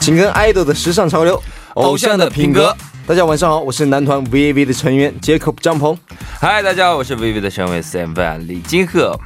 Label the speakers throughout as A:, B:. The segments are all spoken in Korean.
A: 紧跟爱豆的时尚潮流，
B: 偶像的品格。
A: 大家晚上好，我是男团 VAV 的成员 Jacob 张鹏。
B: 嗨，大家好，我是 VV 的身位 Sam Van 李金赫。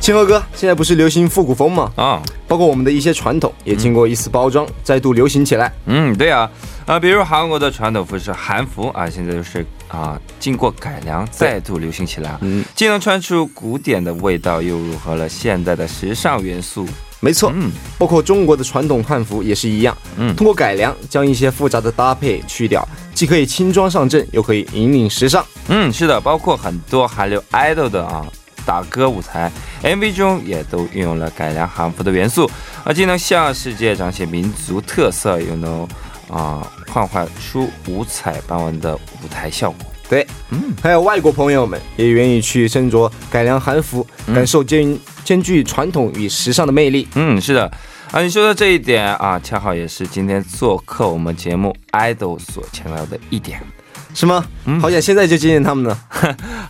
A: 清河哥，现在不是流行复古风吗？
B: 啊，
A: 包括我们的一些传统也经过一次包装，再度流行起来。
B: 嗯，对啊，啊、比如韩国的传统服饰韩服啊，现在就是啊、经过改良再度流行起来，
A: 嗯
B: 嗯，既能穿出古典的味道，又融合了现代的时尚元素。
A: 没错，
B: 嗯
A: 包括中国的传统汉服也是一样，
B: 嗯
A: 通过改良将一些复杂的搭配去掉，既可以轻装上阵，又可以引领时尚。
B: 嗯，是的，包括很多韩流 idol 的啊打歌舞台 MV 中也都运用了改良韩服的元素，啊，既能向世界彰显民族特色，又能啊幻化出五彩斑斓的舞台效果。
A: 对，
B: 嗯，
A: 还有外国朋友们也愿意去身着改良韩服，感受兼兼具传统与时尚的魅力。
B: 嗯，是的，啊，你说的这一点啊，恰好也是今天做客我们节目 idol 所强调的一点。
A: 是吗？
B: 嗯
A: 好想现在就见见他们呢。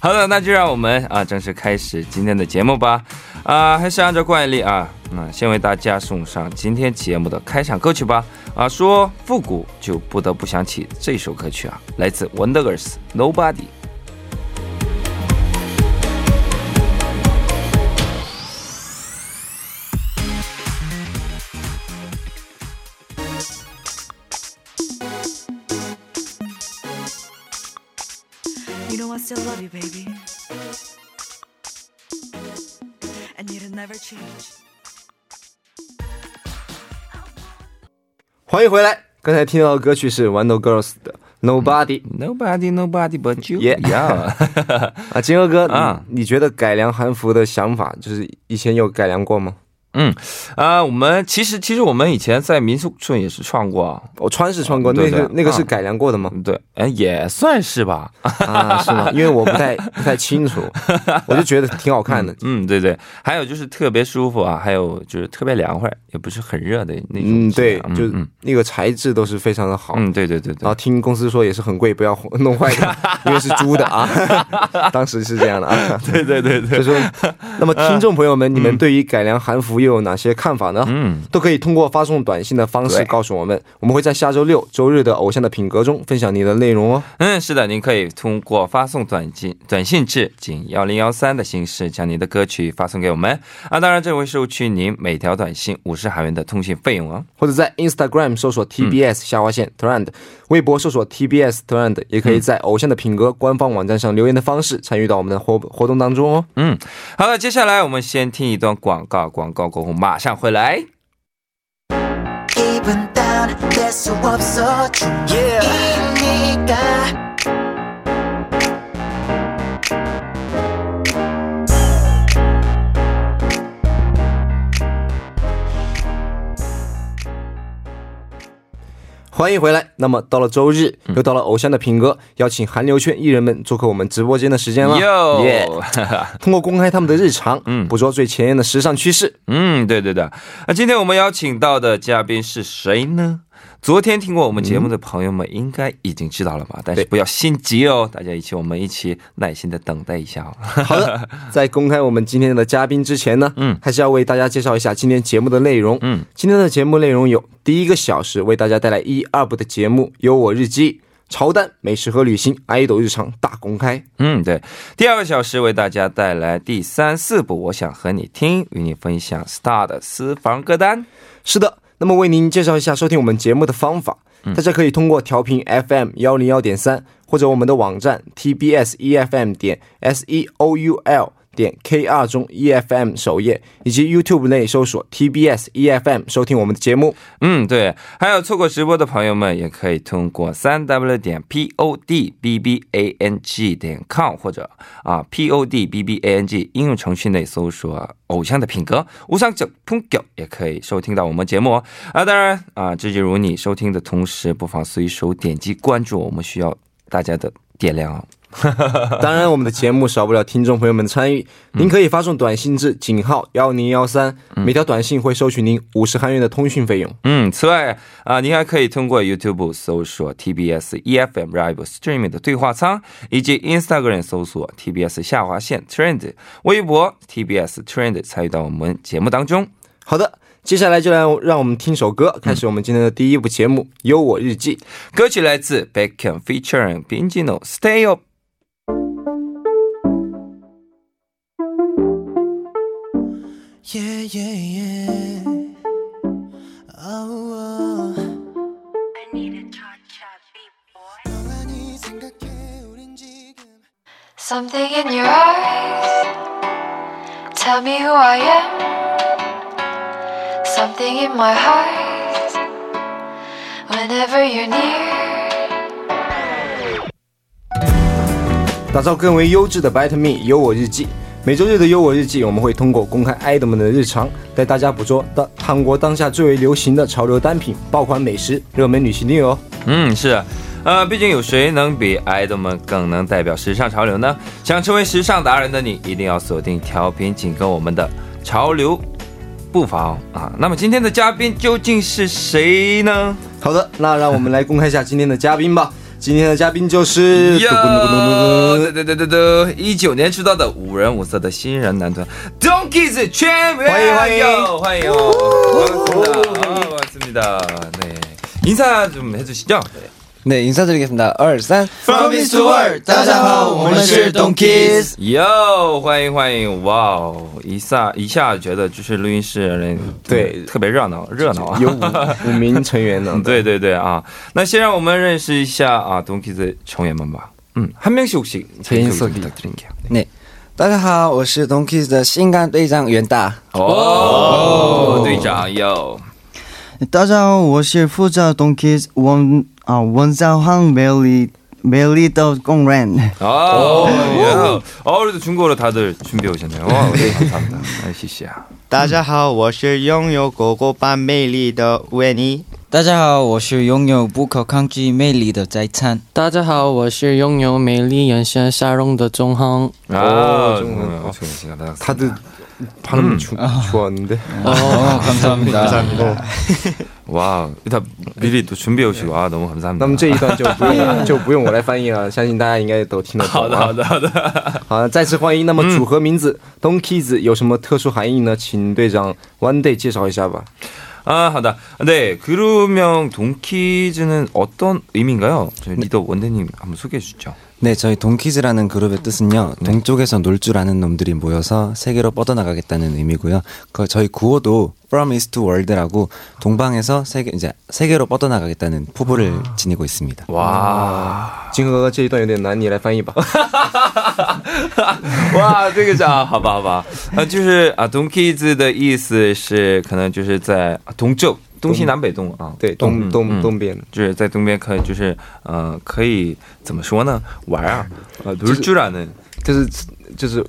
B: 好的，那就让我们啊正式开始今天的节目吧。啊，还是按照惯例啊，那先为大家送上今天节目的开场歌曲吧。啊，说复古就不得不想起这首歌曲啊，来自 Wondergirls Nobody。
C: You know I still love you, baby. And you'll never change.
A: 欢迎回来，刚才听到的歌曲是 Wonder Girls 的 Nobody
B: 嗯 Nobody, nobody but you.
A: Yeah.
B: Yeah.
A: 啊，金鹅哥
B: 啊
A: 你你觉得改良韩服的想法，就是以前有改良过吗？
B: 嗯，啊，我们其实其实我们以前在民宿村也是创过啊，
A: 我穿是穿过，
B: 哦
A: 那
B: 对
A: 个
B: 对
A: 那个
B: 啊
A: 是改良过的吗？
B: 嗯对，哎，也算是吧。
A: 啊，是 吗？因为我不太不太清楚，我就觉得挺好看的。
B: 嗯，对对，还有就是特别舒服啊，还有就是特别凉快，也不是很热的那种
A: 嗯，
B: 质
A: 对
B: 量。，
A: 就啊
B: 嗯
A: 那个材质都是非常的好。
B: 嗯，对对对
A: 然
B: 对
A: 后。听公司说也是很贵，不要弄坏的， 因为是租的啊。 当时是这样的啊。
B: 对 对对
A: 就
B: 对，
A: 说， 那么听众朋友们，你们对于改良韩服又有哪些看法呢？
B: 嗯，
A: 都可以通过发送短信的方式
B: 对
A: 告诉我们，我们会在下周六、周日的《偶像的品格》中分享你的内容哦。
B: 嗯，是的，您可以通过发送短信短信至仅幺零幺三的形式，将您的歌曲发送给我们啊。当然，这会收取您每条短信五十韩元的通信费用啊。
A: 或者在 Instagram 搜索 TBS 下划线 Trend，、微博搜索 TBS Trend，也可以在《偶像的品格》官方网站上留言的方式参与到我们的活活动当中哦。
B: 嗯，好了，接下来我们先听一段广告，广告过后马上回来。
D: 기분 다운 될 수 없어 중이니까
A: 欢迎回来。那么到了周日，
B: 嗯
A: 又到了《偶像的品格》邀请韩流圈艺人们做客我们直播间的时间了。
B: 哟
A: Yeah，通过公开他们的日常，
B: 嗯
A: 捕捉最前沿的时尚趋势。
B: 嗯，对对的。那今天我们邀请到的嘉宾是谁呢？昨天听过我们节目的朋友们应该已经知道了吧？但是
A: 对
B: 不要心急哦，大家一起我们一起耐心的等待一下哦。
A: 好的，在公开我们今天的嘉宾之前呢，
B: 嗯
A: 还是要为大家介绍一下今天节目的内容。
B: 嗯，
A: 今天的节目内容有第一个小时为大家带来一二部的节目，有我日记、潮蛋、美食和旅行、爱豆日常大公开。
B: 嗯，对。第二个小时为大家带来第三四部，我想和你听，与你分享 STAR 的私房歌单。
A: 是的，那么为您介绍一下收听我们节目的方法，
B: 嗯
A: 大家可以通过调频 FM 幺零幺点三，或者我们的网站 TBS EFM E 点 S E O U L。点 kr 中 EFM 首页以及 YouTube 内搜索 TBS EFM E 收听我们的节目。
B: 嗯，对。还有错过直播的朋友们，也可以通过三 w 点 p o d b b a n g 点 com 或者啊 p o d b b a n g 应用程序内搜索“偶像的品格”无上九通九，也可以收听到我们节目哦。啊，当然啊，知己如你收听的同时，不妨随手点击关注，我们需要大家的点亮哦。
A: 当然，我们的节目少不了听众朋友们的参与。您可以发送短信至井号幺零幺三，每条短信会收取您五十韩元的通讯费用。
B: 嗯，此外啊、您还可以通过 YouTube 搜索 TBS EFM E Live Stream 的对话仓，以及 Instagram 搜索 TBS 下划线 Trend，微博 TBS Trend 参与到我们节目当中。
A: 好的，接下来就来让我们听首歌，开始我们今天的第一部节目《有我日记》。
B: 歌曲来自 Beckham featuring Bingino Stay Up。
D: Yeah, yeah, yeah. Oh, oh. 멍하니 생각해, 우린 지금.
E: Something in your eyes. Tell me who I am. Something in my heart. Whenever you're near.
A: 打造更为优质的 Better Me 有我日记。每周日的有我日记，我们会通过公开 idol 们的日常，带大家捕捉当韩国当下最为流行的潮流单品、爆款美食、热门旅行地哦。
B: 嗯，是，呃，毕竟有谁能比 idol 们更能代表时尚潮流呢？想成为时尚达人的你，一定要锁定调频，紧跟我们的潮流步伐哦啊。那么今天的嘉宾究竟是谁呢？
A: 好的，那让我们来公开一下今天的嘉宾吧。今天的嘉宾就是
B: 哟，对对对对，一九年出道的五人五色的新人男团 Donkeys 全员
A: 欢迎欢迎
B: 哟欢迎哦，반갑습니다반갑습니다네인사좀해주시죠
F: 네 인사드리겠습니다. 얼 산.
B: From East to World，
F: 大家好我们是 Donkeys
B: 哟，欢迎欢迎，哇哦！一下一下觉得就是录音室人
A: 对
B: 特别热闹热闹啊
A: 有！五 五名成员 呢。
B: 对对对啊，那先让我们认识一下啊，Donkeys成员们吧。嗯，한 명씩 혹시
A: 개인
B: 소개
A: 소개.
B: 부탁드릴게요.
F: 네. 大家好，我是 Donkeys 的新干队长袁大。
B: 哦，队长哟，
G: 大家好，我是负责 Donkeys 文
D: 아,
G: 啊文兆汉美丽美丽的工人。
B: 아, 야. 아, 그래도 중국어로 다들 준비해 오셨네요. 와, 네, 감사합니다. 아이씨씨야.
G: 大家好，我是拥有狗狗般魅力的维尼。
H: 大家好，我是拥有不可抗拒魅力的翟灿。
I: 大家好，我是拥有美丽人生沙龙的钟亨。
B: 아, 정말 어떻게 시간 다
A: 다들 발음 좋-
F: 嗯
A: 좋았는데.
H: 어, 감사합니다.
B: 와, 일단 미리 또 준비해 오시고 아, 너무 감사합니다.
A: 那么这一段就不
F: 嗯
A: 用就不用我来翻译了，相信大家应该都听得懂
B: 好的，好
A: 了。
B: 的，好的。
A: 好，再次欢迎。那么组合名字 Donkeys 有什么特殊含义呢？请队长 One Day 介绍一下吧。
B: 아, 하다. 네, 그룹명 동키즈는 어떤 의미인가요? 저희 리더 원대님 한번 소개해 주시죠.
F: 네, 저희 동키즈라는 그룹의 뜻은요. 동쪽에서 놀 줄 아는 놈들이 모여서 세계로 뻗어나가겠다는 의미고요. 그 저희 구호도 From East to World라고 동방에서 세계 이제 세계로 뻗어나가겠다는 포부를 지니고 있습니다.
B: 와,
A: 金河哥这一段有点难，你来翻译吧。
B: 哇，这个叫好吧，好吧，啊，就是啊，donkeys 的意思是可能就是在东正东西南北东啊，
A: 对，东
F: 嗯
B: 음.
A: 东东边的。
B: 就是在东边可以就是呃可以怎么说呢？玩啊，呃，놀줄아는
A: 就是就是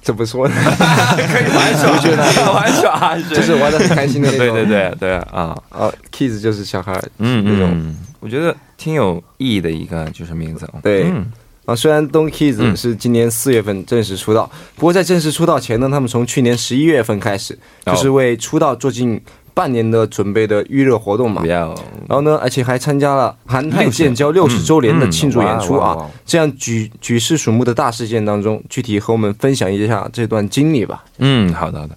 A: 怎么说呢？
B: 可以玩耍， 玩耍
A: 就是玩的很开心的那
B: 对
A: 种。
B: 对对对啊，
A: 啊，kids 就是小孩儿，
B: 嗯
A: 那种。
B: 嗯，我觉得挺有意义的一个就是名字哦，
A: 对
B: 嗯
A: 啊，虽然 Donkeys
B: 嗯
A: 是今年四月份正式出道，不过在正式出道前呢，他们从去年十一月份开始，
B: 哦
A: 就是为出道做近半年的准备的预热活动嘛
B: 不。要
A: 然后呢，而且还参加了韩泰建交六十周年的庆祝演出
B: 嗯嗯哇哇
A: 啊
B: 哇，
A: 这样举举世瞩目的大事件当中，具体和我们分享一下这段经历吧。
B: 음, 하다 하다.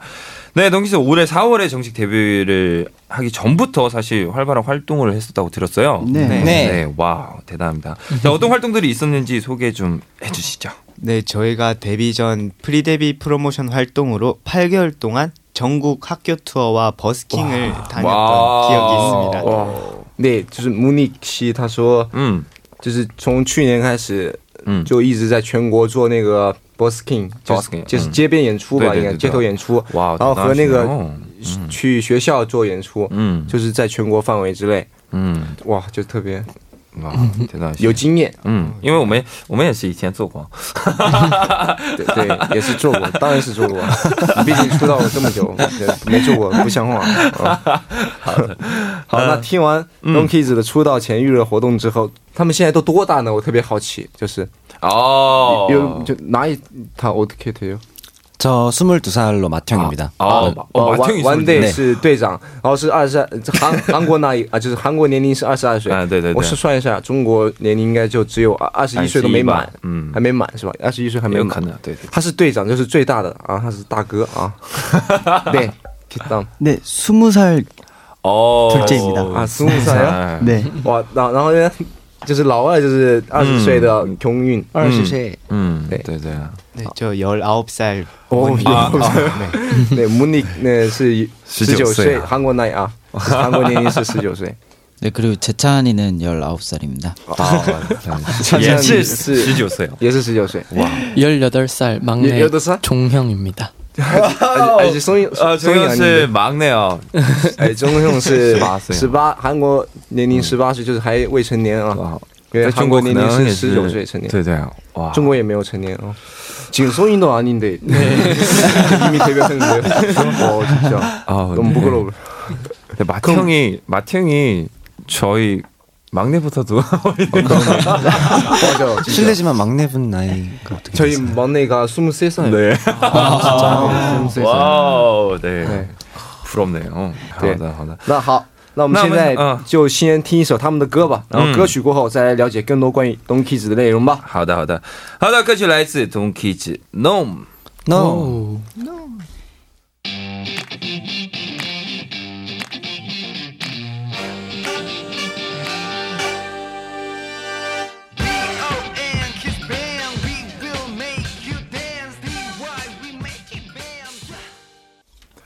B: 네, 동기씨 올해 4월에 정식 데뷔를 하기 전부터 사실 활발한 활동을 했었다고 들었어요.
G: 네.
B: 네,
G: 네.
B: 네, 와우, 대단합니다. 자, 어떤 활동들이 있었는지 소개 좀 해주시죠.
J: 네, 저희가 데뷔 전 프리데뷔 프로모션 활동으로 8개월 동안 전국 학교 투어와 버스킹을 다녔던
B: 와우.
J: 기억이 있습니다.
A: 哇，对，就是 Monik 西他说，
B: 음,
A: 就是从去年开始，
B: 嗯
A: 就一直在全国做那个 Boss King，就是
B: Boss King，
A: 就是
B: 嗯
A: 街边演出吧，
B: 对对
A: 应该
B: 对对
A: 街头演出，
B: 哇，哦
A: 然后和那个
B: 대단하시네요.
A: 去
B: 嗯
A: 学校做演出，
B: 음,
A: 就是在全国范围之内，
B: 음,
A: 哇，就特别
B: 와 대단하시.
A: 有经验，
B: 음, 因为我们我们也是以前做过，
A: 对 对，也是做过，当然是做过，毕竟出道了这么久，对没做过不像 话。啊、
B: 嗯
A: 好，那听完 Donkeys 的出道前预热活动之后，他们现在都多大呢？我特别好奇，就是
B: 어.
A: 여러분 저 나이 다 어떻게 돼요?
F: 저 22살로 맏형입니다. 네.
B: 어, 마- 어, 마태형이
A: 완
B: 있습니다.
A: 완대是队长，然后是二十韩韩国那一啊，就是韩国年龄是二十二岁
B: 啊对对对
A: 我是算一下，中国年龄应该就只有二十一岁都没满
B: 21吧，嗯
A: 还没满是吧？二十一岁还没
B: 有
A: 满，
B: 可能对对对
A: 他是队长，就是最大的啊，他是大哥啊，对，get down
G: 네, 스무 살
B: 어.
G: 둘째입니다.
A: 아, 스무 살이요?
G: 네.
A: 哇，然然后呢，就是老二就是二十岁的琼韵，二十岁，
B: 음,
A: 네.
B: 네네.
J: 네, 저 19살.
A: 哦，有， 对，母女那是十九
F: 19岁
A: 岁，
F: 啊
A: 韩国那一啊，就是韩国年龄是十九岁。
H: 네, 그리고 재찬이는 19살입니다.
B: 예,
A: 찬찬이
B: 19세. 요
A: 也是十九岁，哇！
I: 18살 막내
A: 18살?
I: 종형입니다.
A: 而且松永
B: 아,
A: 松永
B: 정현
A: 是
B: 씨 막내요.
A: 哎，钟勇是
B: 18岁
A: 十八，韩国年龄十八岁就是还未成年啊
B: 哇，
A: 因为韩国年龄是十九岁成年，
B: 对对. 네, 와.
A: 中国也没有成年啊。仅松运动啊，你得，이미대변는데어 진짜
B: 아,
A: 너무 부끄러워.
B: 근데 마태형이 마태형이 저희 막내보다도 어리네요.
A: 맞아. 진짜.
F: 실례지만 막내분 나이가 어떻게
A: 저희
F: 되세요?
A: 막내가 23살.
B: 네.
A: 아, 23살.
B: 와우, 네.
A: 네.
B: 부럽네요.
A: 对。
B: 好的，好的。
A: 那好，那我们
B: 那我
A: 现
B: 们
A: 在
B: 嗯
A: 就先听一首他们的歌吧，然后歌曲过后再来了解更多关于 Don Kids 的内容吧。
B: 好的，好的，好的，歌曲来自 Donkeys Gnome。
F: No.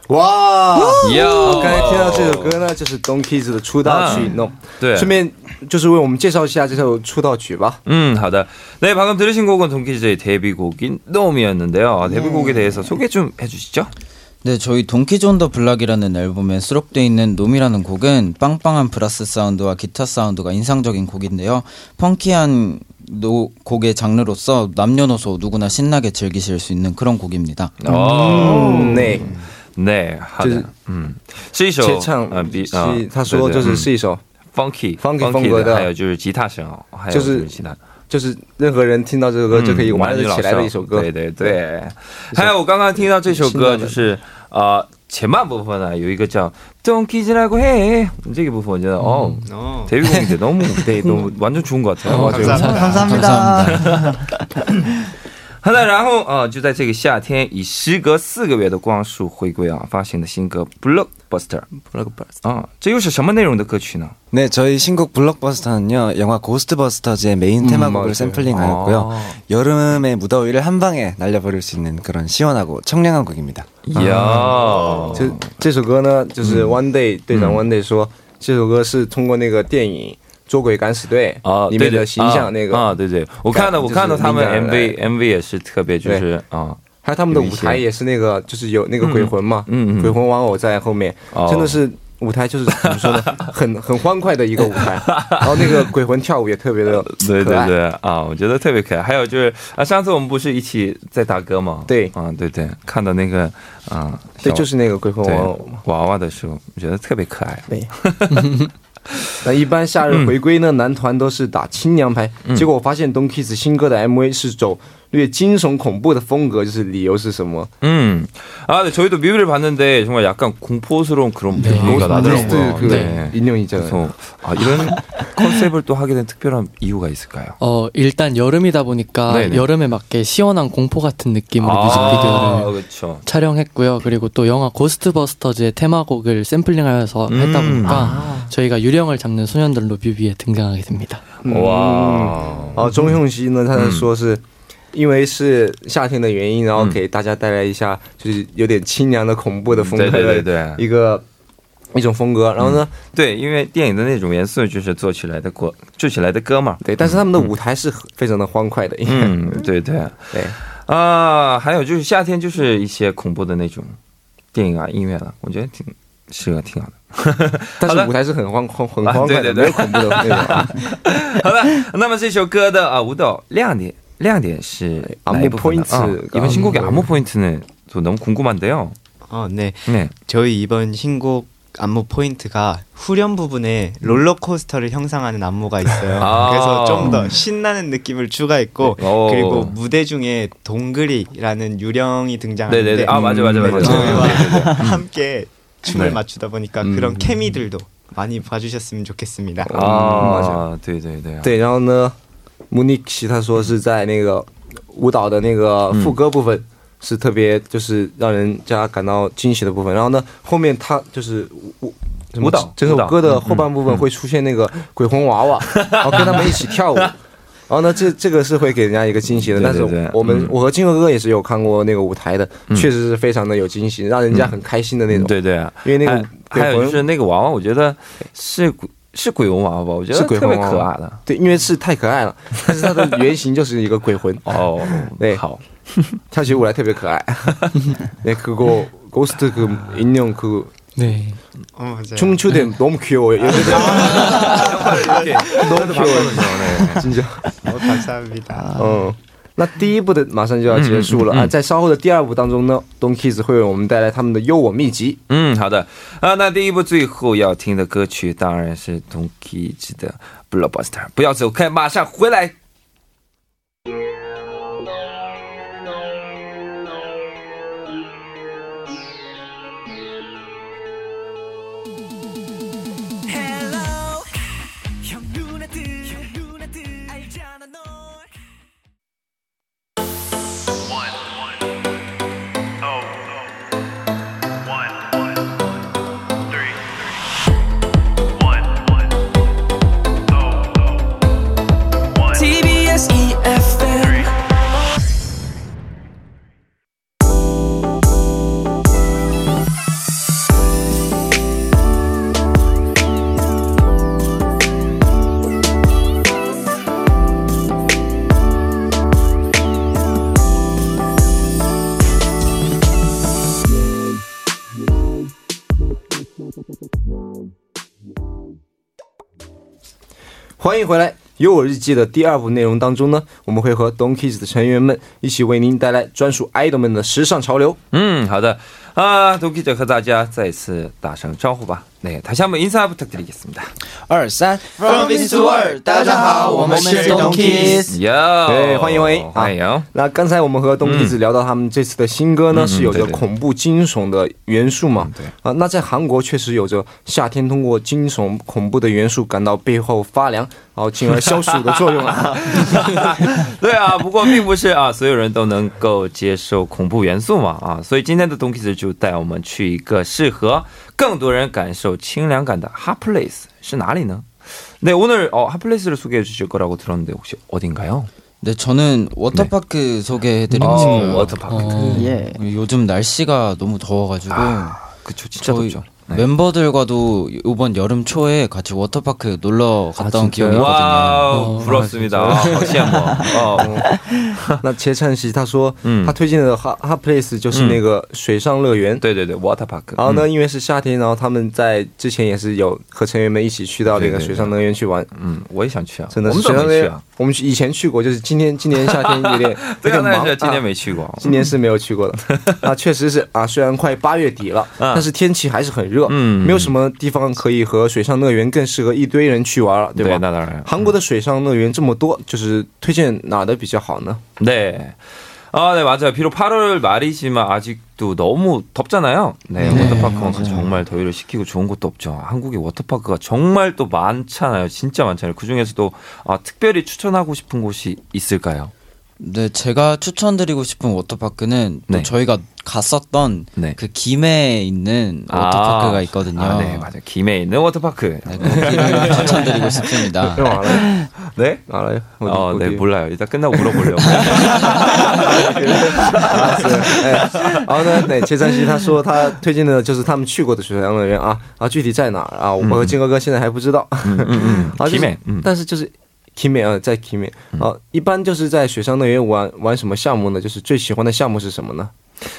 B: 哦
A: 哇！
B: 哟，
A: 我刚才哦听到这首歌呢，就是 Don Kids 的出道曲
B: 啊
A: 《No》。
B: 对
A: 顺便就是为我们介绍一下这首出道曲吧。
B: 음, 하다. 네, 방금 들으신 곡은 돈키즈의 데뷔곡인 Gnome이었는데요.
A: 네.
B: 데뷔곡에 대해서 소개 좀 해주시죠.
H: 네, 저희 동키즈 온더 블락이라는 앨범에 수록되어 있는 놈이라는 곡은 빵빵한 브라스 사운드와 기타 사운드가 인상적인 곡인데요. 펑키한 노, 곡의 장르로서 남녀노소 누구나 신나게 즐기실 수 있는 그런 곡입니다.
A: 음.
B: 어,
A: 嗯，那
B: 네, 하다.
A: 就是
B: 음, 嗯是一首
A: 切唱
B: 呃比呃嗯
A: 是他说就是是一首，
B: funky
A: funky 风
B: funky
A: 格的
B: 还有就是吉他声，还有
A: 就
B: 就是是吉他。嗯
A: 就是任何人听到这首歌就可以玩得起来的一首歌。
B: 对对对。还有我刚刚听到这首歌，就是呃前半部分呢有一个叫 “Donkey라고 해” 这个部分，我
A: 嗯
B: 觉得哦。
J: 어.
B: 데뷔곡인데 너무 네, 너무 완전 좋은 것 같아요.
A: 哦
G: 감사합니다.
B: 好的，然后呃，就在这个夏天，以时隔四个月的光速回归啊，发行的新歌《Blockbuster》。Blockbuster 啊，这又是什么内容的歌曲呢？
F: 네, 저희 신곡 블록버스터는요. 영화 고스트버스터즈의 메인 테마곡을 샘플링하였고요. 여름의 무더위를 한 방에 날려버릴 수 있는 그런 시원하고 청량한 곡입니다.
B: 呀，
A: 这这首歌呢，就是
B: 嗯
A: One Day 队长 One Day 说，这首歌是通过那个电影《捉鬼敢死队》
B: 啊，
A: 里
B: 对
A: 面
B: 对
A: 的形象那
B: 啊，
A: 个，
B: 对对，我看到我看到他们
A: 就是灵感
B: MV MV 也是特别就是啊，
A: 还有他们的
B: 有一
A: 舞
B: 些
A: 台也是那个，就是有那个鬼魂嘛，
B: 嗯嗯嗯
A: 鬼魂玩偶在后面
B: 哦，
A: 真的是。舞台就是怎么说 呢，很很欢快的一个舞台，然后那个鬼魂跳舞也特别的
B: 对
A: 可
B: 对
A: 爱。
B: 对啊，我觉得特别可爱。还有就是啊，上次我们不是一起在打歌吗？
A: 对
B: 啊，对对，看到那个啊，
A: 对，
B: 小
A: 就是那个鬼魂玩偶
B: 对
A: 嘛。
B: 娃娃的时候，我觉得特别可爱。
A: 对。那一般夏日回归呢，男团都是打清凉牌。
B: 嗯
A: 结果我发现 Donkeys 新歌的 MV 是走略惊悚恐怖的风格，就是理由是什么？
B: 음. 아, 네, 저희도 뮤비를 봤는데 정말 약간 공포스러운 그런
I: 네.
B: 분위기가 나더라고요.
A: 그
B: 네.
A: 인형 있잖아요.
B: 그래서 아, 이런 컨셉을 또 하게 된 특별한 이유가 있을까요?
I: 어, 일단 여름이다 보니까
B: 네네.
I: 여름에 맞게 시원한 공포 같은 느낌으로
B: 아,
I: 뮤직비디오를
B: 그렇죠.
I: 촬영했고요. 그리고 또 영화 고스트버스터즈의 테마곡을 샘플링하여서
B: 음.
I: 했다 보니까 저희가 유령을 잡는 소년들로 뮤비에 등장하게 됩니다.
B: 와.
A: 哦，钟雄熙呢，他说
B: 嗯
A: 是。因为是夏天的原因，然后给大家带来一下就是有点清凉的恐怖的风格
B: 嗯对对对
A: 的
B: 对嗯
A: 一个一种风格。然后呢，
B: 对，因为电影的那种元素就是做起来的歌，做起来的歌嘛。
A: 对，但是他们的舞台是很非常的欢快的，因为
B: 嗯，对对
A: 对，
B: 啊，还有就是夏天就是一些恐怖的那种电影啊、音乐了、我觉得挺适合，挺好的。
A: 但
B: 好
A: 是
B: 的
A: 舞台是很欢很很
B: 啊
A: 欢快的，
B: 对对对
A: 没有恐怖的那种啊。
B: 好了，那么这首歌的啊舞蹈亮点亮点是哪一部分呢
A: 안무 포인트가
B: 啊 아, 이번 신곡의
A: 음.
B: 안무 포인트는 또 너무 궁금한데요.
J: 어, 네.
B: 네.
J: 저희 이번 신곡 안무 포인트가 후렴 부분에 롤러코스터를 형상하는 안무가 있어요.
B: 아. 네.
J: 그래서 좀 더 신나는 느낌을 추가했고
B: 오.
J: 그리고 무대 중에 동그리라는 유령이 등장하는데 음.
B: 네네네. 아 맞아 맞아 맞아.
J: 저희와
B: 네, 네, 네.
J: 함께 춤을
B: 네.
J: 맞추다 보니까
B: 음. 아.
J: 그런 케미들도 많이 봐주셨으면 좋겠습니다.
B: 啊，对对对啊，
A: 嗯对，然后呢，Munich 他说是在那个舞蹈的那个副歌部
B: 嗯
A: 分、是特别就是让人家感到惊喜的部分。然后呢，后面他就是舞什么
B: 舞蹈
A: 整
B: 舞
A: 首
B: 蹈
A: 歌的
B: 嗯
A: 后半部分会出现那个鬼魂娃娃，然后跟他们一起 跳舞。然后呢，这这个是会给人家一个惊喜的，
B: 对
A: 但
B: 对
A: 是
B: 对
A: 我们、
B: 嗯
A: 我和金河哥哥也是有看过那个舞台的，确实是非常的有惊喜，让人家很开心的那种。
B: 嗯对对啊，
A: 因为那个
B: 还还有就
A: 鬼
B: 是
A: 魂
B: 那个娃娃，我觉得是鬼是鬼魂娃娃吧，我觉得
A: 是鬼
B: 特
A: 魂
B: 别
A: 娃娃
B: 可爱的
A: 对，因为是太可爱了，但是它的原型就是一个鬼魂。
B: 哦。
A: 对
B: 好，
A: 跳起舞来特别 可爱。네 그거 고스트 그 인형 그
I: 네.
J: 어, 맞아요.
A: 춤추대 너무 귀여워요. 얘네들 너무 귀여워요. 진짜.
J: 어,
G: 아,
J: 감사합니다.
A: 어那第一部的马上就要结束了、啊，在稍后的第二部当中呢，Don Kiss 会为我们带来他们的优我秘籍。
B: 嗯，好的啊，那第一部最后要听的歌曲当然是 Donkey 的 Blockbuster，不要走开，马上回来。
C: 형 누나들 형 누나들 알잖아 널
D: TBS EFM
A: 《欢迎回来，有我日记》的第二部内容当中呢，我们会和 Don Kiss 的成员们一起为您带来专属 idol 们的时尚潮流。
B: 嗯，好的啊，Donkey 者和大家再次打声招呼吧。那다시한번인사부탁드리겠습니다
F: 二三
J: From this to world，大家好，我们是 Donkeys。
B: 哟，
A: 对欢迎欢迎啊
B: 欢迎。
A: 那刚才我们和东弟子聊到他们这次的新歌呢，
B: 嗯
A: 是有着
B: 对对嗯
A: 恐怖惊悚的元素嘛？
B: 对
A: 啊，那在韩国确实有着夏天通过惊悚恐怖的元素感到背后发凉，然后进而消暑的作用 啊。
B: 对啊，不过并不是啊，所有人都能够接受恐怖元素嘛啊，所以今天的 Donkey 就带我们去一个适合更多人感受清凉感的 Hot Place 是哪里呢？네 오늘 어, 핫플레이스를 소개해 주실 거라고 들었는데 혹시 어딘가요?
H: 네, 저는 워터파크 소개해드리고
B: 어,
H: 싶어요.
B: 워터파크.
G: 예.
H: 요즘 날씨가 너무 더워가지고
B: 아, 그쵸 진짜
H: 저희
B: 덥죠. 네.
H: 멤버들과도 이번 여름 초에 같이 워터파크 놀러
B: 아,
H: 갔다 온 기억이 있거든요. 어,
B: 와우 부럽습니다. 아, 확실한 뭐. 어.
A: 那切灿熙他说
B: 嗯，
A: 他推荐的哈哈 place 就是那个水上乐园。
B: 对对对嗯 워터파크.
A: 然后呢，因为是夏天，然后他们在之前也是有和成员们一起去到这
B: 对
A: 个
B: 对对
A: 水上乐园去玩，
B: 음, 我也想去啊.
A: 真的是水上乐园
B: 我们怎么没
H: 아,
B: 去啊？
A: 我们去以前去过，就是今天今年夏天 有点有点忙，
B: 아.
A: 啊
B: 这个那是今天没去过。
A: 今年是没有去过的
B: 嗯
A: 啊，确实是啊，虽然快八月底了，但是天气还是很热，
B: 啊嗯
A: 没有什么地方可以和水上乐园更适合一堆人去玩了，对
B: 네,
H: 네,
A: 吧？
B: 对，那当然。嗯
A: 韩国的水上乐园这么多，就是推荐哪的比较好 呢？
B: 네. 아, 네, 맞아요. 비록 8월 말이지만 아직도 너무 덥잖아요. 네, 워터파크는 정말 더위를 식히고 좋은 것도 없죠. 한국의 워터파크가 정말 또 많잖아요. 진짜 많잖아요. 그 중에서도 아, 특별히 추천하고 싶은 곳이 있을까요?
H: 네, 제가 추천드리고 싶은 워터파크는 또
B: 네.
H: 저희가 갔었던
B: 네.
H: 그 김해에 있는 워터파크가 있거든요.
B: 아, 네, 맞아요. 김해에 있는 워터파크.
H: 네, 거기를 추천드리고 싶습니다.
A: 형 알아요?
B: 네?
A: 알아요? 어디,
B: 어, 네,
A: 어디?
B: 몰라요. 일단 끝나고 물어보려고.
A: 네. 然后呢，对，切山西他说他推荐的就是他们去过的水上乐园啊啊，具体在哪儿啊？我和金哥哥现在还不知道。
B: 嗯
A: 啊，就是
B: 김해. 음.
A: 但是就是 Kimi 啊，在 Kimi
B: 嗯
A: 啊，一般就是在水上乐园玩玩什么项目呢？就是最喜欢的项目是什么呢？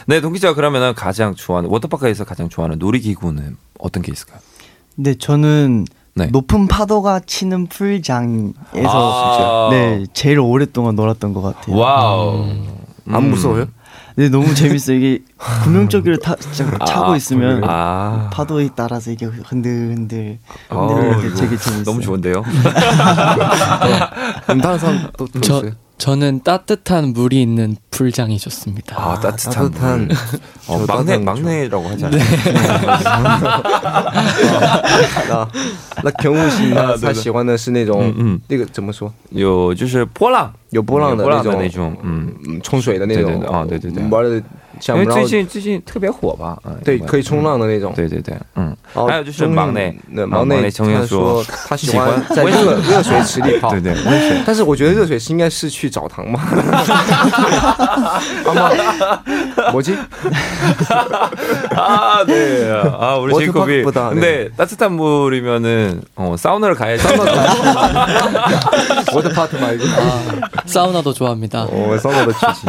B: 네, 동기자 그러면은 가장 좋아하는 워터파크에서 가장 좋아하는 놀이기구는 어떤 게 있을까요?
G: 근데 저는
B: 네.
G: 높은 파도가 치는 풀장에서
B: 아, 진짜요?
G: 네 제일 오랫동안 놀았던 것 같아요.
B: 와우.
A: 안 무서워요?
G: 근데 너무 재밌어 이게 구명조끼를 타, 자- 차고
B: 아,
G: 있으면
B: 아.
G: 파도에 따라서 이게 흔들흔들
B: 어,
G: 흔들흔들
B: 이거
G: 되게 재밌어.
B: 너무 좋은데요.
A: 그럼 다른 사람 또
I: 저
A: 있어요?
I: 저는 따뜻한 물이 있는 불장이
A: 啊
I: 좋습니다.
B: 아 따뜻한,
A: 따뜻한.
B: 물.
A: 저
B: 어,
A: 네.
B: 막내
A: 따뜻한
B: 막내라고 하잖아요.
A: 나, 나 경우 씨,
B: 啊
A: 나他喜欢的是那
B: 嗯
A: 种那个怎么说？
B: 有就是波浪，
A: 有波浪的
B: 有波浪的
A: 那
B: 那
A: 种
B: 种，嗯，
A: 嗯，冲水的那
B: 对
A: 种
B: 对对啊对对对
A: 玩的
B: 因
A: 像
B: 为
A: 然后
B: 最近最近特别火吧，嗯，
A: 对
B: 因为
A: 可以冲，浪的那种
B: 嗯。对对对，嗯，
A: 然后
B: 还有就是
A: 中
B: 忙内，
A: 那
B: 啊
A: 忙
B: 忙
A: 内
B: 内中
A: 他
B: 英
A: 说
B: 说
A: 他喜欢在
B: 我也
A: 热热水池里泡。
B: 对对
A: 温水。但是我觉得热水是应该是去澡堂嘛。아마 뭐지?
B: 아, 네. 아, 우리 제이콥이.
A: 워터파크보다, 네.
B: 근데 따뜻한 물이면은 어, 사우나를 가야지.
A: 워터파크 말고.
B: 아.
I: 사우나도 좋아합니다.
A: 어, 썸머도 취지.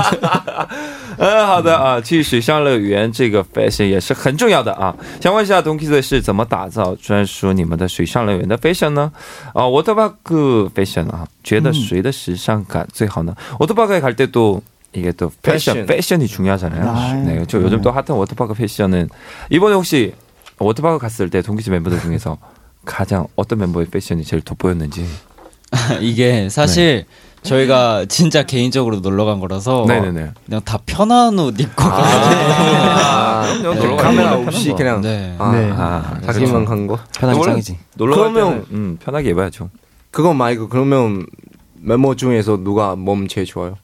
B: 嗯，好的啊，去水上乐园这个 fashion 也是很重要的啊。想问一下 Donkeys 是怎么打造专属你们的水上乐园的 fashion 呢？啊、워터파크 fashion 啊，觉得谁的时尚感最好呢？워터파크에갈때도 이게 또 패션,
A: 패션.
B: 패션이 중요하잖아요.
G: 아유.
B: 네, 저 요즘 또 핫한 워터파크 패션은 이번에 혹시 워터파크 갔을 때 동기즈 멤버들 중에서 가장 어떤 멤버의 패션이 제일 돋보였는지.
H: 이게 사실 저희가 진짜 개인적으로 놀러 간 거라서
B: 네.
I: 어。
B: 네네네.
H: 그냥 다 편한 옷 입고
B: 아, 그럼요. 놀러 가는
A: 카메라
B: 거는
A: 없이 그냥
B: 편한
H: 거. 네.
A: 아,
G: 네.
B: 아,
A: 자기만 간 거.
F: 편하게
B: 원래
F: 짱이지.
B: 놀러 가면
A: 그러면-
B: 음, 편하게 입어야죠.
A: 그거 말고 그러면 멤버 중에서 누가 몸 제일 좋아요?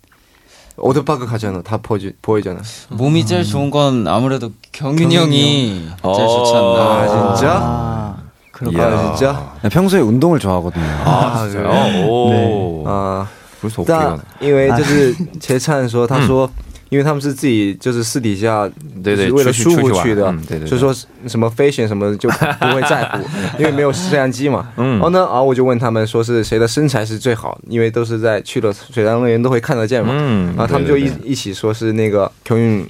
A: 워터파크 가잖아. 다 보지, 보이잖아.
H: 몸이 제일 좋은 건 아무래도 경윤이 형이 제일 좋지
B: 아,
H: 않나.
A: 아, 진짜?
G: 아 그렇구나.
B: 이야.
A: 아, 진짜?
F: 네, 평소에 운동을 좋아하거든요.
B: 아, 진짜요? 오.
A: 아.
B: 不是哎我不知道
A: 啊但
B: 的
A: 因为就是杰灿说，他说，因为他们是自己就是私底下
B: 嗯对对
A: 就是为了
B: 出去
A: 舒服
B: 出去玩
A: 去的
B: 嗯对对，对
A: 所以说什么 fashion 什么就不会在 乎，因为没有摄像机嘛。
B: 嗯
A: 然后呢，然后我就问他们说是谁的身材是最好，因为都是在去了水上乐园都会看得见嘛。
B: 嗯
A: 然后他们就
B: 对
A: 一
B: 对
A: 一起说是那个 k o n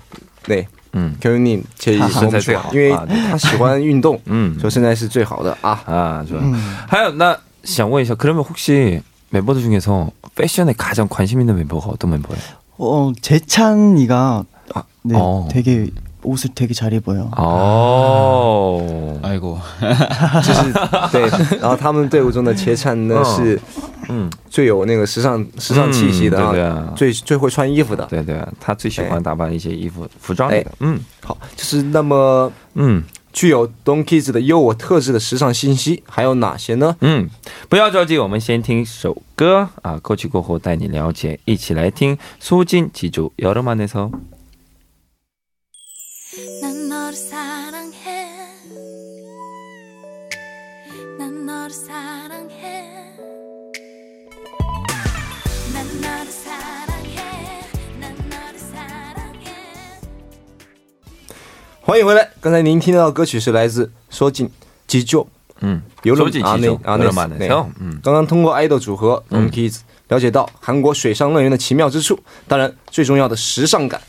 A: 对。
B: 嗯
A: k o n 这
B: 身材最好
A: 因为
B: 啊对
A: 他喜欢运动，
B: 嗯
A: 说身材是最好的啊。
B: 아, 좋아요. 하여 나 想问一下, 그러면 혹시 멤버들 중에서 패션에 가장 관심 있는 멤버가 어떤 멤버예요?
G: 어 재찬이가 네
B: 어.
G: 되게 옷을 되게 잘 입어요.
I: 아,
B: 어.
H: 아. 아이고.
A: 就是对，然后他们队伍中的切灿呢
B: 嗯
A: 是，
B: 嗯
A: 最有那个时尚时尚气息的
B: 嗯对对
A: 啊
B: 啊，
A: 最最会穿衣服的。
B: 네, 음,
A: 好，就是那么
B: 对对，他最喜欢打扮一些衣服、服装的。嗯嗯，不要着急，我们还有
A: 具有 Donkeys 的优我特质的时尚信息还有哪些呢？
B: 음. 先听首歌啊歌曲过后带你了解一起来听苏金记住여름안에서
E: 난 너를 사랑해. 난 너를 사랑해. 난 너를 사랑해. 난 너를 사랑해.
A: 欢迎回来，刚才您听到的歌曲是来自说进急救。
B: 嗯
A: 游轮
B: 음. 소진
A: 啊，
B: 지
A: 那
B: 주
A: 啊，
B: 여름
A: 那
B: 안에
A: 那
B: 서嗯 네. 음.
A: 刚刚通过爱豆组合 Donkeys 了解到韩国水上乐园的奇妙之处，当然最重要的时尚感。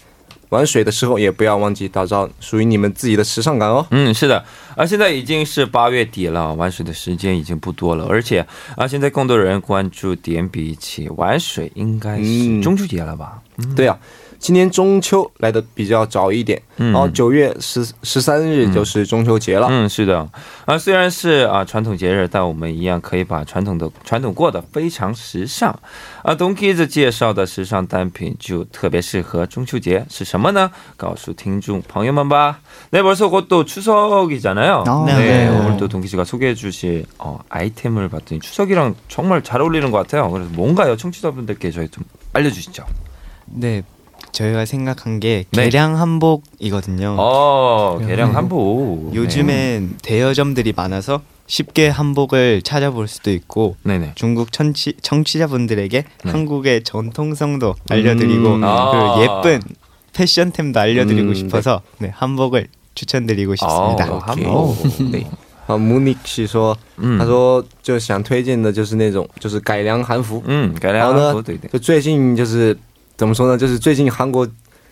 A: 玩水的时候也不要忘记打造属于你们自己的时尚感哦。
B: 嗯，是的，啊，现在已经是八月底了，玩水的时间已经不多了，而且啊，现在更多人关注点比起玩水，应该是
A: 嗯
B: 中秋节了吧？
A: 对啊，今年中秋来的比较早一点，然后九月十十三日就是中秋节了。
B: 嗯，是的，啊，虽然是啊传统节日，但我们一样可以把传统的传统过得非常时尚。啊，Donkeys 介绍的时尚单品就特别适合中秋节，是什么呢？告诉听众朋友们吧。네벌써곧또추석이잖아요
G: 아,
B: 네,
G: 네.
B: 오늘 또 동기 씨가 소개해 주실 어, 아이템을 봤더니 추석이랑 정말 잘 어울리는 것 같아요. 그래서 뭔가요, 청취자분들께 저희 좀 알려주시죠.
J: 네, 저희가 생각한 게
B: 네.
J: 개량 한복이거든요.
B: 어, 개량 한복.
J: 네。 요즘엔 대여점들이 많아서 쉽게 한복을 찾아볼 수도 있고
B: 네, 네.
J: 중국 청취, 청취자분들에게 한국의 전통성도 알려드리고
A: 음.
B: 아.
J: 그리고 예쁜 패션템도 알려드리고
A: 음,
J: 싶어서 네, 한복을 추천드리고 싶습니다.
B: 아, 한복. 네.
A: 啊，穆尼奇说，
B: 嗯
A: 他说就想推荐的就是那种就是改良韩服，然
B: 음, 개량
A: 后
B: 한복.
A: 呢
B: 네, 네. ，
A: 就最近就是怎么说呢，就是最近韩国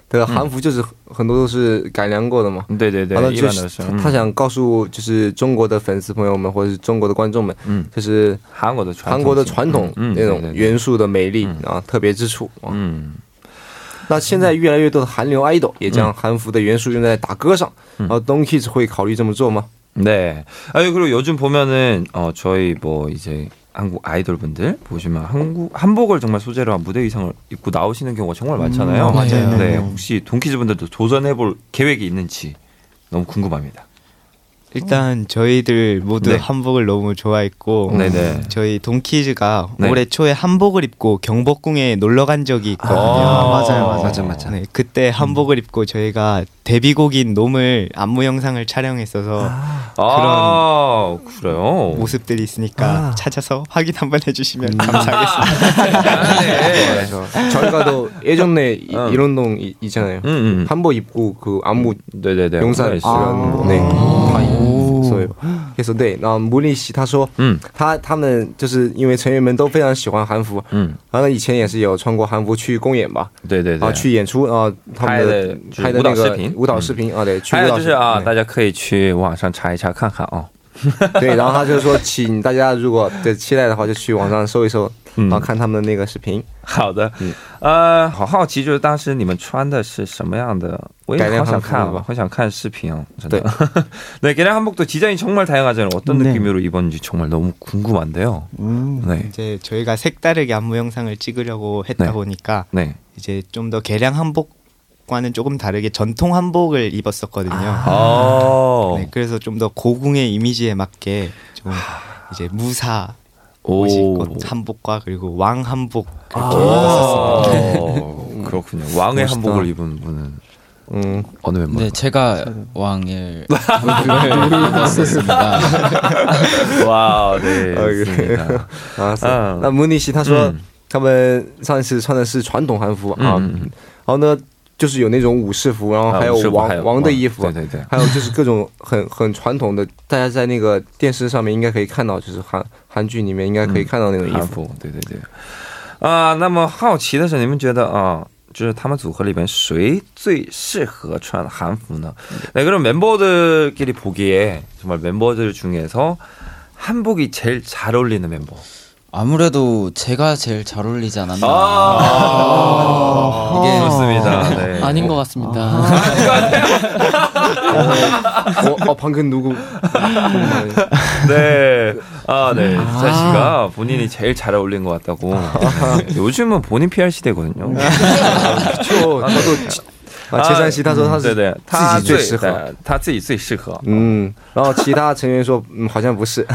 A: 的韩
B: 嗯
A: 服就是很多都是改良过的嘛。
B: 네, 네,
A: 完了
B: 네.
A: 就
B: 일반
A: 是
B: 옷은.
A: 他想告诉就是中国的粉丝朋友们或者是中国的观众们，
B: 음,
A: 就是
B: 韩国的传
A: 韩国的传统
B: 嗯嗯
A: 那
B: 对
A: 种
B: 对对
A: 元素的美丽啊特别之处啊。
B: 嗯，
A: 那现在越来越多的韩流 idol 也将韩服的元素用在打歌上，
B: 嗯
A: 呃，Donkeys 会考虑这么做吗？
B: 네. 아유 그리고 요즘 보면은 어 저희 뭐 이제 한국 아이돌 분들 보시면 한국 한복을 정말 소재로 한 무대 의상을 입고 나오시는 경우가 정말 많잖아요.
H: 음, 맞아요.
B: 네.
H: 네.
B: 혹시 동키즈 분들도 도전해볼 계획이 있는지 너무 궁금합니다.
J: 일단 저희들 모두
B: 네.
J: 한복을 너무 좋아했고
B: 네네.
J: 저희 동키즈가
B: 네.
J: 올해 초에 한복을 입고 경복궁에 놀러 간 적이 있거든요.
G: 맞아요, 맞아요.
F: 맞아 맞아.
J: 네, 그때 한복을 입고 저희가 데뷔곡인 놈을 안무 영상을 촬영했어서
B: 아 그래요.
J: 모습들이 있으니까 찾아서 확인 한번 해주시면 감사하겠습니다.
B: 哎
A: 哎
B: 네.
A: 저희가도 예전에 이-
B: 어.
A: 이런 동 이- 있잖아요.
B: 음, 음.
A: 한복 입고 그 안무
B: 네네네.
A: 용산 아.
B: 있어요.
A: 对
G: 哦
A: 啊所以也说对。那牡蛎西他说，
B: 嗯
A: 他他们就是因为成员们都非常喜欢韩服，
B: 嗯，
A: 然后以前也是有穿过韩服去公演吧，
B: 对对对。
A: 啊，去演出啊，他们的
B: 拍的
A: 拍的那
B: 舞蹈视
A: 个
B: 频
A: 舞蹈视频啊，对，去
B: 还
A: 舞
B: 有
A: 蹈
B: 就
A: 视
B: 是
A: 频
B: 啊，
A: 对
B: 大家可以去网上查一查看看啊。
A: 对，然后他就说，请大家如果对期待的话，就去网上搜一搜，然后看他们的那个视频。
B: 好的，呃，好好奇，就是当时你们穿的是什么样的？我
A: 改
B: 也
A: 良
B: 好想
A: 汉服
B: 看
A: 是吧
B: 好想看视频哦。真的 네, 계량 한복도 디자인이 정말 다양하잖아요. 어떤
G: 네.
B: 느낌으로 입었는지 정말 너무 궁금한데요. 네,
J: 이제 저희가 색다르게 안무 영상을 찍으려고 했다
B: 네.
J: 보니까
B: 네.
J: 이제 좀 더 개량 한복과는 조금 다르게 전통 한복을 입었었거든요.
B: 어,
J: 아. 네, 그래서 좀 더 고궁의 이미지에 맞게 좀 이제 무사
B: 오.
J: 옷 입고 한복과 그리고 왕 한복 그렇게
B: 아,
J: 입었었습니다.
B: 그렇군요. 왕의
A: 멋있다.
B: 한복을 입은 분은
F: 음.
A: 嗯，
B: 어느 멤버?
H: 네, 제가 왕일 입었었습니다.
B: 와, 네,
A: 그래요?
B: 맞습니다.
A: 啊，是
B: 嗯
A: 那穆尼西他说
B: 嗯，
A: 他们上一次穿的是传统韩服啊，
B: 嗯嗯嗯
A: 然后呢，就是有那种啊武士服，然后还有
B: 아,
A: 王
B: 还有
A: 王的衣服
B: 对，对对，
A: 还有就是各种很 很传统的，大家在那个电视上面应该可以看到，就是韩韩剧里面应该可以看到那种衣
B: 韩
A: 服。
B: 服，对对对。啊、那么好奇的是，你们觉得啊、就是他们组合里面谁最适合穿韩服呢？네그럼멤버들끼리보기에정말멤버들중에서한복이제일잘어울리는멤버
H: 아무래도 제가 제일 잘 어울리지 않았나.
B: 아,
H: 이게
B: 좋습니다네
I: 아닌 것 같습니다.
A: 我哦，庞根独 孤，
B: 네. 아, 네. 지자 씨가 본인이 제일 잘 어울린 것 같다고. 네. 요즘은 본인 PR 시대거든요.
A: 就哦他说啊，
B: 啊
A: 切山西他说他
B: 对
A: 是
B: 对，他
A: 自己最适合，
B: 他自己最适合。
A: 嗯，然后其他成员说嗯好像不 是。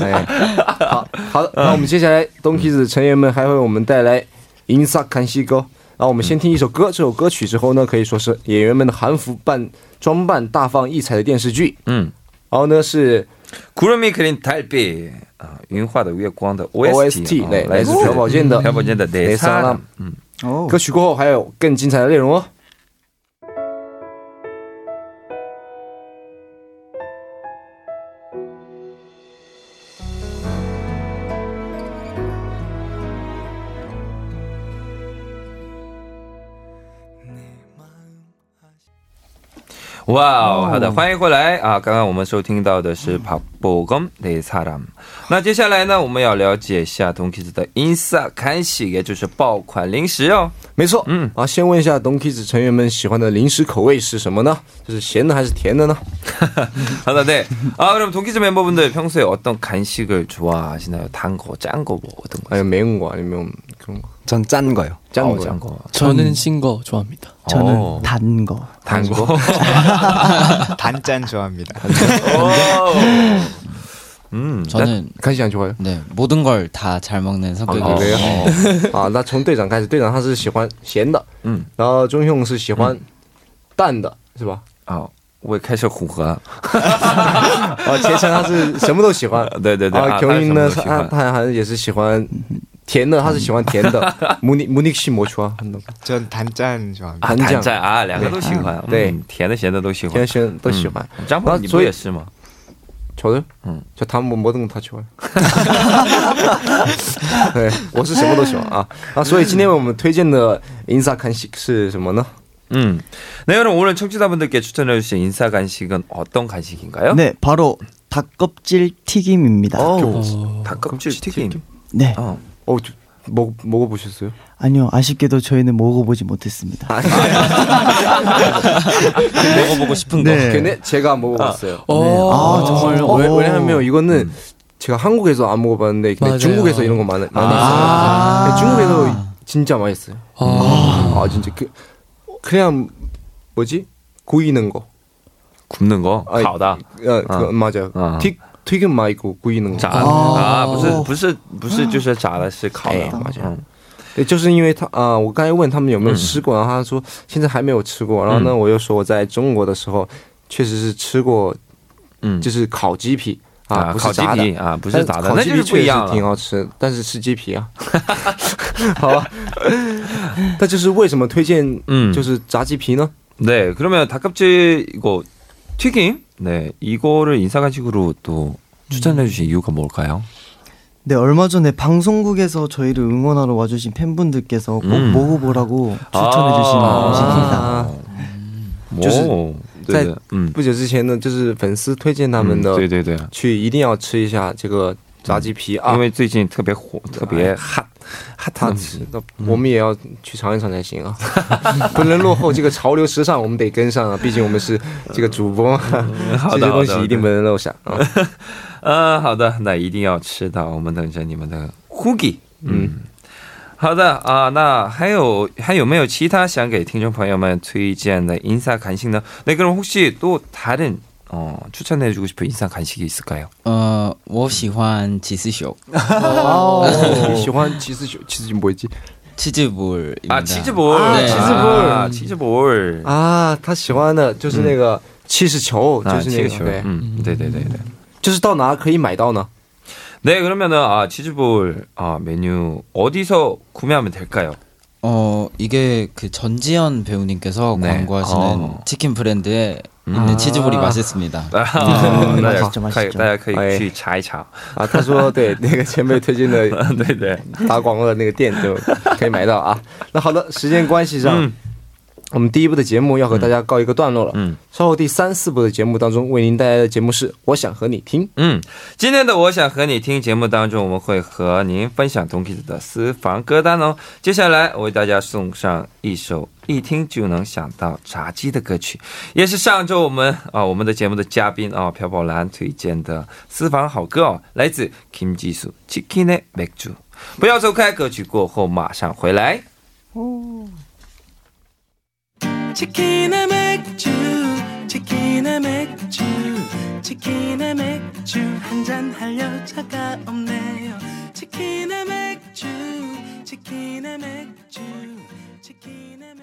A: 哎，嗯好好的，那我们接下来 Donkeys 成员们还为我们带来《银萨坎西歌》。然后我们先听一首歌，这首歌曲之后呢，可以说是演员们的韩服扮装扮大放异彩的电视剧。
B: 음.
A: 然后呢是
B: 구름이 그린 달빛 아, 윤화의 月光的 OST
A: OST， 네，来哦自朴宝剑的
B: 朴宝剑的
A: 내 사람
B: 어, 내사람
A: 歌曲过后还有更精彩的内容哦。 음.
B: 哇哦，好的，欢迎回来啊！刚刚我们收听到的是朴宝剑的사람。那接下来呢，我们要了解一下 Donkeys 的 Insa k 喜，也就是爆款零食哦。
A: 没错，
B: 嗯
A: 嗯，啊，先问一下 Donkeys 成员们喜欢的零食口味是什么呢？就是咸的还是甜的呢？
B: 好的，对啊，그럼돈키즈 네. 아, 멤버분들 평소에 어떤 간식을 좋아하시나요? 단 거, 짠 거 뭐 어떤 거?
A: 아니 매운 거 아니면 그런 거.
F: 전 짠 거요.
A: 짠
B: 어,
A: 거.
B: 짠 거.
I: 저는 신 거 좋아합니다.
G: 저는
B: 어,
G: 단 거.
B: 단 거.
J: 단짠 좋아합니다.
B: 음,
H: 저는
A: 간식 안 좋아요?
H: 네 모든 걸 다 잘 먹는
A: 아, 그래요?
H: 성격이에요.
A: 아, 나从啊队长开始，队长他是喜欢咸的，
B: 嗯
A: 嗯，然后钟勇是喜欢淡的，是吧？
B: 啊，我也开始混合了。
A: 啊，杰晨他是什么都喜欢，
B: 对对对，
A: 啊，球英呢，
B: 他什么
A: 他
B: 都喜欢
A: 他好像也是喜欢甜的，他是喜欢甜 的。母尼母尼西啊摩川，
J: 전 단짠 좋아합니다.
B: 啊，
A: 韩
B: 谭
A: 酱
B: 战啊，两个都喜欢，
A: 对
B: 嗯甜的咸的都喜欢
A: 甜，咸都喜欢。
B: 张鹏，嗯你不也是吗？
A: 球的，
B: 嗯
A: 嗯，就他们摩登他 球。对，我是什么都喜欢啊啊！所以今天我们推荐的银萨看西是什么呢？
B: 음. 네, 여러분 오늘 청취자분들께 추천해 주신 인사 간식은 어떤 간식인가요?
G: 네, 바로 닭껍질 튀김입니다.
B: 오, 닭껍질 튀김.
G: 네.
B: 어.
A: 어, 저- 먹 먹어보셨어요?
G: 아니요, 아쉽게도 저희는 먹어보지 못했습니다.
H: 먹어보고 싶은 거.
G: 네.
A: 근데 제가 먹어봤어요.
G: 아, 정말요?
A: 왜,
G: 오.
A: 왜냐하면 이거는 제가 한국에서 안 먹어봤는데 근데
I: 맞아요.
A: 중국에서 이런 거 많이 많이
G: 아.
A: 있어요. 중국에서 진짜 맛있어요. 아, 진짜 그 그냥 뭐지 구이는 거.
B: 굽는 거
A: 아이,
B: 烤的
A: 아, 그, 呃 맞아요.
B: 아.
A: 튀 튀김 말고 구이는 거.
B: 炸的啊不是不是不是就是炸的是烤的
A: 哎
B: 好像
A: 对，就是因为他啊、我刚才问他们有没有吃过，然后他说现在还没有吃过。然后
B: 嗯
A: 呢，我又说我在中国的时候确实是吃过，
B: 嗯
A: 就是烤鸡皮啊，
B: 啊
A: 不是
B: 烤鸡
A: 炸的
B: 皮啊不
A: 但
B: 是炸的
A: 烤
B: 那
A: 鸡
B: 就
A: 皮
B: 是不
A: 确
B: 一
A: 实
B: 样
A: 挺
B: 了
A: 好吃，但是吃鸡 皮啊，好吧。那就是为什么推荐
B: 嗯
A: 就是炸鸡皮呢？
B: 음. 네 그러면 닭껍질 이거 튀김 네 이거를 인사간식으로 또 추천해 주신 이유가 뭘까요?
G: 네, 얼마 전에 방송국에서 저희를 응원하러 와주신 팬분들께서 꼭
B: 음.
J: 뭐
G: 먹어보라고
B: 아.
G: 추천해주신
B: 哦
A: 啊
G: 음식입니다.
A: 就是
B: 뭐
A: 在
B: 对的嗯
A: 不久之前呢，就是粉丝推荐他们
B: 嗯
A: 呢、
B: 对对对
A: 去一定要吃一下这个炸鸡皮啊
B: 因，为最近特别火特
A: 哎
B: 别 핫,
A: 嗯他
B: 핫한
A: 吃，那我们也要去尝一尝才行 啊，不能落后这个潮流时尚，我们得跟上啊，毕竟我们是这个主播嘛，
B: 好
A: 这些
B: 的好
A: 东
B: 的
A: 西一定不能漏下啊。
B: 嗯，好的，那一定要吃到，我们等着你们的 Hoogie。嗯，好的啊、那还有还有没有其他想给听众朋友们推荐的인사간식呢？네그럼혹시또다른어추천해주고싶은인사간식이있을까요
H: 어, 我喜欢起司球
A: 哦，喜欢其实其实不会记
H: 치즈볼입니다.
B: 아치즈볼
A: 아,
H: 네.
B: 아, 치즈볼.
A: 啊，他喜欢的就是那个气势啊球，嗯就是那个对，
B: 아, 음, 네네네네.
A: 就是到哪可以买到呢？
B: 네 그러면은 아 치즈볼 아 메뉴 어디서 구매하면 될까요?
H: 어, 이게 그 전지현 배우님께서
B: 네.
H: 광고하시는
B: 어.
H: 치킨 브랜드에
G: 아.
H: 있는 치즈볼이 맛있습니다.
B: 啊，大
G: 맛있죠
B: 家可以
G: 맛있죠
B: 大家可
A: 哎
B: 以去查一查。
A: 啊，他说对那个前辈推荐 的
B: 对对。
A: 打广告的那个店就可以买到啊。 那好的，时间关系上
B: 嗯，
A: 我们第一部的节目要和大家告一个段落了。
B: 嗯，
A: 稍后第三四部的节目当中，为您带来的节目是《我想和你听》。
B: 嗯，今天的我想和你听节目当中，我们会和您分享 Donkeys 的私房歌单哦。接下来我为大家送上一首一听就能想到炸鸡的歌曲，也是上周我们啊、我们的节目的嘉宾啊、朴宝兰推荐的私房好歌哦，来自 Kim Ji Soo《Chicken m a k e 不要走开，歌曲过后马上回来。
D: 치킨에 맥주 치킨에 맥주 치킨에 맥주 한잔할 여자가 없네요 치킨에 맥주 치킨에 맥주 치킨에 맥주